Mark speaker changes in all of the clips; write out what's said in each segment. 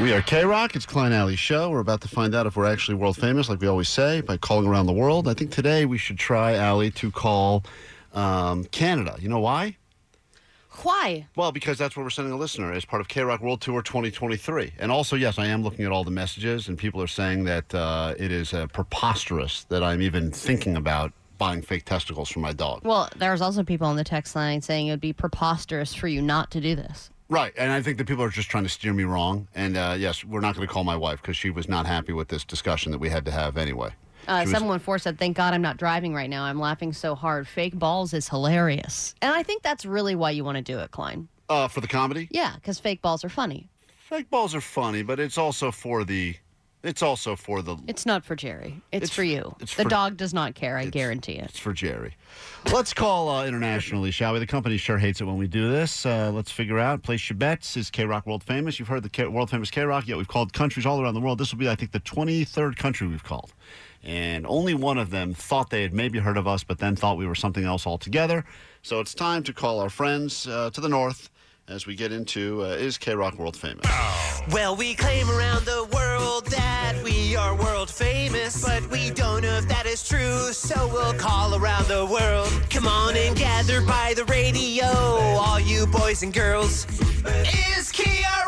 Speaker 1: We are K Rock. It's Klein Alley Show. We're about to find out if we're actually world famous, like we always say, by calling around the world. I think today we should try, Alley, to call um, Canada. You know why?
Speaker 2: Why?
Speaker 1: Well, because that's where we're sending a listener as part of K Rock World Tour 2023. And also, yes, I am looking at all the messages, and people are saying that uh, it is uh, preposterous that I'm even thinking about buying fake testicles for my dog.
Speaker 2: Well, there's also people on the text line saying it would be preposterous for you not to do this.
Speaker 1: Right, and I think that people are just trying to steer me wrong. And uh, yes, we're not going to call my wife because she was not happy with this discussion that we had to have anyway.
Speaker 2: Uh,
Speaker 1: She was-
Speaker 2: 714 said, Thank God I'm not driving right now. I'm laughing so hard. Fake balls is hilarious. And I think that's really why you want to do it, Klein.
Speaker 1: Uh, for the comedy,
Speaker 2: Yeah, because fake balls are funny.
Speaker 1: fake balls are funny, but it's also for the, it's also for the,
Speaker 2: It's not for Jerry. It's,
Speaker 1: It's-
Speaker 2: for you.
Speaker 1: it's
Speaker 2: the
Speaker 1: for-
Speaker 2: dog does not care, I guarantee it.
Speaker 1: it's for Jerry. Let's call uh, internationally, shall we? The company sure hates it when we do this. Uh, let's figure out. Place your bets. Is K Rock world famous? You've heard the K- world famous K Rock. Yet we've called countries all around the world. This will be, I think, the 23rd country we've called. And only one of them thought they had maybe heard of us, but then thought we were something else altogether. So it's time to call our friends uh, to the north as we get into uh, Is K Rock World Famous?
Speaker 3: Well, we claim around the world that we are world famous, but we don't know if that is true, so we'll call around the world. Come on and gather by the radio, all you boys and girls. Is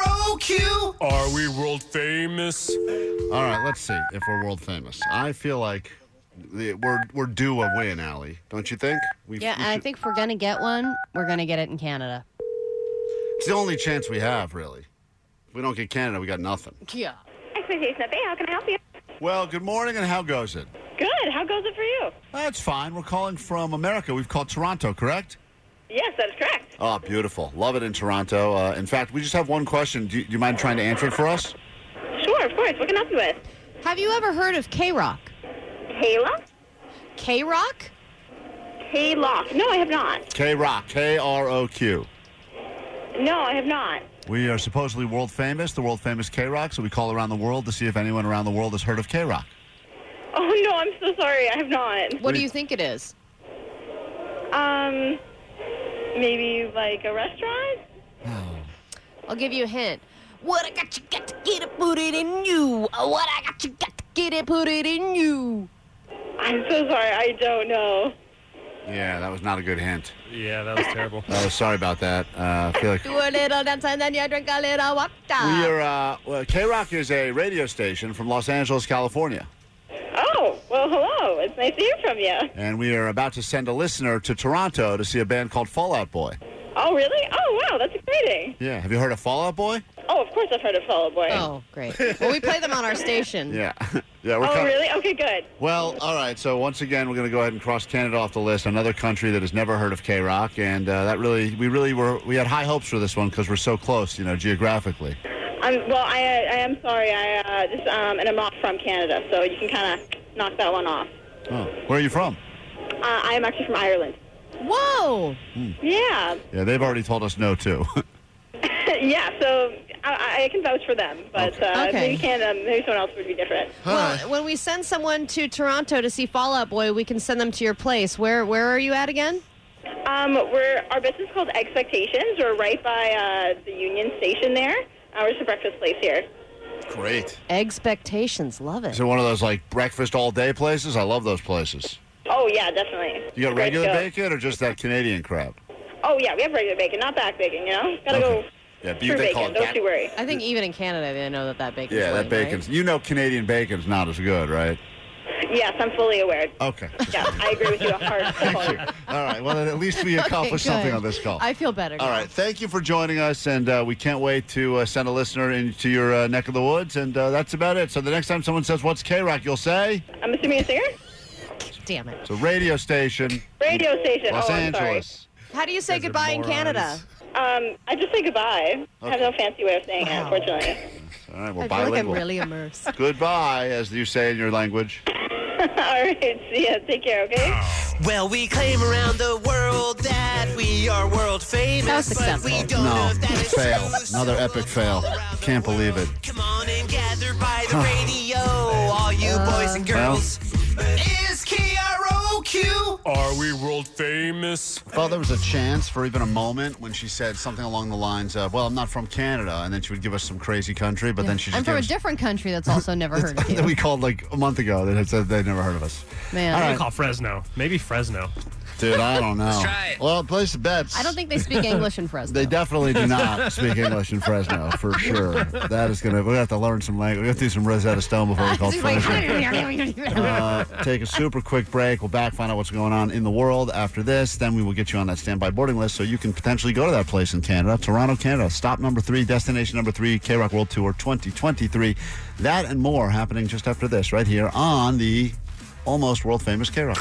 Speaker 3: KROQ?
Speaker 4: Are we world famous?
Speaker 1: All right, let's see if we're world famous. I feel like the- we're we're due a win, Allie. Don't you think? We've,
Speaker 2: Yeah,
Speaker 1: we
Speaker 2: and I
Speaker 1: should-
Speaker 2: think if we're going to get one, we're going to get it in Canada.
Speaker 1: it's the only chance we have, really. If we don't get Canada, we got nothing.
Speaker 2: Yeah.
Speaker 5: Expectation at Bay. How can I help you?
Speaker 1: Well, good morning, and how goes it?
Speaker 5: Good. How goes it for you?
Speaker 1: That's fine. We're calling from America. We've called Toronto, correct?
Speaker 5: Yes, that's correct.
Speaker 1: Oh, beautiful. Love it in Toronto. Uh, in fact, we just have one question. Do you, do you mind trying to answer it for us?
Speaker 5: Sure, of course. What can I help you with?
Speaker 2: Have you ever heard of K Rock?
Speaker 5: Kayla?
Speaker 2: K Rock?
Speaker 5: Kaylock. No, I have not.
Speaker 1: K Rock, K R O Q.
Speaker 5: No, I have not.
Speaker 1: We are supposedly world famous, the world famous K Rock, so we call around the world to see if anyone around the world has heard of K Rock.
Speaker 5: Oh no, I'm so sorry. I have not.
Speaker 2: What do you think it is?
Speaker 5: Um, maybe like a restaurant?
Speaker 2: I'll give you a hint. What I got, you got to get it, put it in you. What I got, you got to get it, put it in you.
Speaker 5: I'm so sorry. I don't know.
Speaker 1: Yeah, that was not a good hint.
Speaker 4: Yeah, that was terrible.
Speaker 1: Oh, sorry about that. Uh, I feel like
Speaker 2: Do a little dance and then you drink a little water.
Speaker 1: we are. Uh, well, K Rock is a radio station from Los Angeles, California,
Speaker 5: Oh, well, hello. It's nice to hear from you.
Speaker 1: and we are about to send a listener to Toronto to see a band called Fallout Boy.
Speaker 5: Oh, really? Oh, wow. That's exciting.
Speaker 1: Yeah, have you heard of Fallout Boy?
Speaker 5: Oh, of course I've heard of Fall Out Boy.
Speaker 2: Oh, great. Well, we play them on our station.
Speaker 1: Yeah, yeah. We're
Speaker 5: Oh,
Speaker 1: coming-
Speaker 5: really? Okay, good.
Speaker 1: Well, all right. So once again, we're going to go ahead and cross Canada off the list. Another country that has never heard of K Rock, and uh, that really, we really were, we had high hopes for this one because we're so close, you know, geographically.
Speaker 5: I'm, well, I, I am sorry. I uh, just um, and I'm not from Canada, so you can kind of knock that one off.
Speaker 1: Oh, where are you from?
Speaker 5: Uh, I am actually from Ireland.
Speaker 2: Whoa.
Speaker 5: Yeah,
Speaker 1: Yeah, they've already told us no too.
Speaker 5: yeah. So I, I can vouch for them, but uh,
Speaker 2: Okay.
Speaker 5: maybe Canada, maybe someone else would be different.
Speaker 2: Well, when we send someone to Toronto to see Fallout Boy, we can send them to your place. Where Where are you at again?
Speaker 5: Um, we're our business is called Expectations. We're right by uh, the Union Station there. Uh, we're just a breakfast place here.
Speaker 1: Great.
Speaker 2: Expectations, love it.
Speaker 1: Is it one of those like breakfast all day places? I love those places.
Speaker 5: Oh yeah, definitely.
Speaker 1: You got
Speaker 5: Great
Speaker 1: regular
Speaker 5: to go.
Speaker 1: bacon or just that Canadian crab?
Speaker 5: Oh yeah, we have regular bacon, not back bacon. You know, gotta
Speaker 1: Okay.
Speaker 5: go.
Speaker 1: Yeah, beef,
Speaker 5: true
Speaker 1: they call
Speaker 5: bacon.
Speaker 1: it
Speaker 5: Don't
Speaker 1: back-
Speaker 5: you worry.
Speaker 2: I think even in Canada, they know that that bacon's
Speaker 1: Yeah, that
Speaker 2: lame, right?
Speaker 1: bacon's. You know, Canadian bacon's not as good, right?
Speaker 5: Yes, I'm fully aware.
Speaker 1: Okay.
Speaker 5: Yeah, I agree with you a hard. Thank
Speaker 1: all right. Well, then at least we
Speaker 2: Okay,
Speaker 1: accomplished
Speaker 2: good.
Speaker 1: Oh, something on this call.
Speaker 2: I feel better.
Speaker 1: all
Speaker 2: now.
Speaker 1: right. Thank you for joining us, and uh, we can't wait to uh, send a listener into your uh, neck of the woods. And uh, that's about it. So the next time someone says, "What's K Rock?" you'll say,
Speaker 5: I'm assuming it's here.
Speaker 2: Damn it.
Speaker 1: "It's a radio station,
Speaker 5: Radio station.
Speaker 1: Los
Speaker 5: oh, I'm sorry.
Speaker 1: Angeles."
Speaker 2: How do you say
Speaker 4: Guys are
Speaker 2: goodbye in
Speaker 4: morons.
Speaker 2: Canada?
Speaker 5: Um, I just say goodbye. I have no fancy way of saying it,
Speaker 2: Wow.
Speaker 5: unfortunately.
Speaker 1: All right, we're
Speaker 6: I feel like I'm
Speaker 1: bilingual.
Speaker 6: really immersed.
Speaker 1: Goodbye, as you say in your language.
Speaker 5: All right, see ya. Take care, okay?
Speaker 3: Well, we claim around the world that we are world
Speaker 6: That was
Speaker 3: famous, but we
Speaker 6: successful.
Speaker 3: don't know
Speaker 1: No,
Speaker 3: if that is
Speaker 1: fail.
Speaker 3: true. so
Speaker 1: Another
Speaker 3: we'll
Speaker 1: epic fail.
Speaker 3: call around the
Speaker 1: Can't believe it.
Speaker 3: world. Come on and gather by the radio, all you
Speaker 6: Uh,
Speaker 3: boys and girls. Is KROQ?
Speaker 4: Are we world famous?
Speaker 1: Well, there was a chance for even a moment when she said something along the lines of, "Well, I'm not from Canada," and then she would give us some crazy country, but then she just
Speaker 6: I'm from
Speaker 1: gave
Speaker 6: a
Speaker 1: us
Speaker 6: different country that's also never heard of
Speaker 1: that
Speaker 6: you.
Speaker 1: we called like a month ago that had said they'd never heard of us.
Speaker 6: Man.
Speaker 1: All
Speaker 4: I
Speaker 1: right.
Speaker 4: call Fresno. Maybe Fresno.
Speaker 1: Dude, I don't know.
Speaker 3: try it.
Speaker 1: Well, place the bets.
Speaker 6: I don't think they speak English in Fresno.
Speaker 1: They definitely do not speak English in Fresno, for sure. That is gonna. We have to learn some language. We have to do some Rosetta Stone before we call
Speaker 6: She's like,
Speaker 1: Fresno. Uh, take a super quick break. We'll back find out what's going on in the world after this. Then we will get you on that standby boarding list so you can potentially go to that place in Canada, Toronto, Canada. Stop number three, destination number three, K Rock World Tour 2023. That and more happening just after this, right here on the almost world famous K Rock.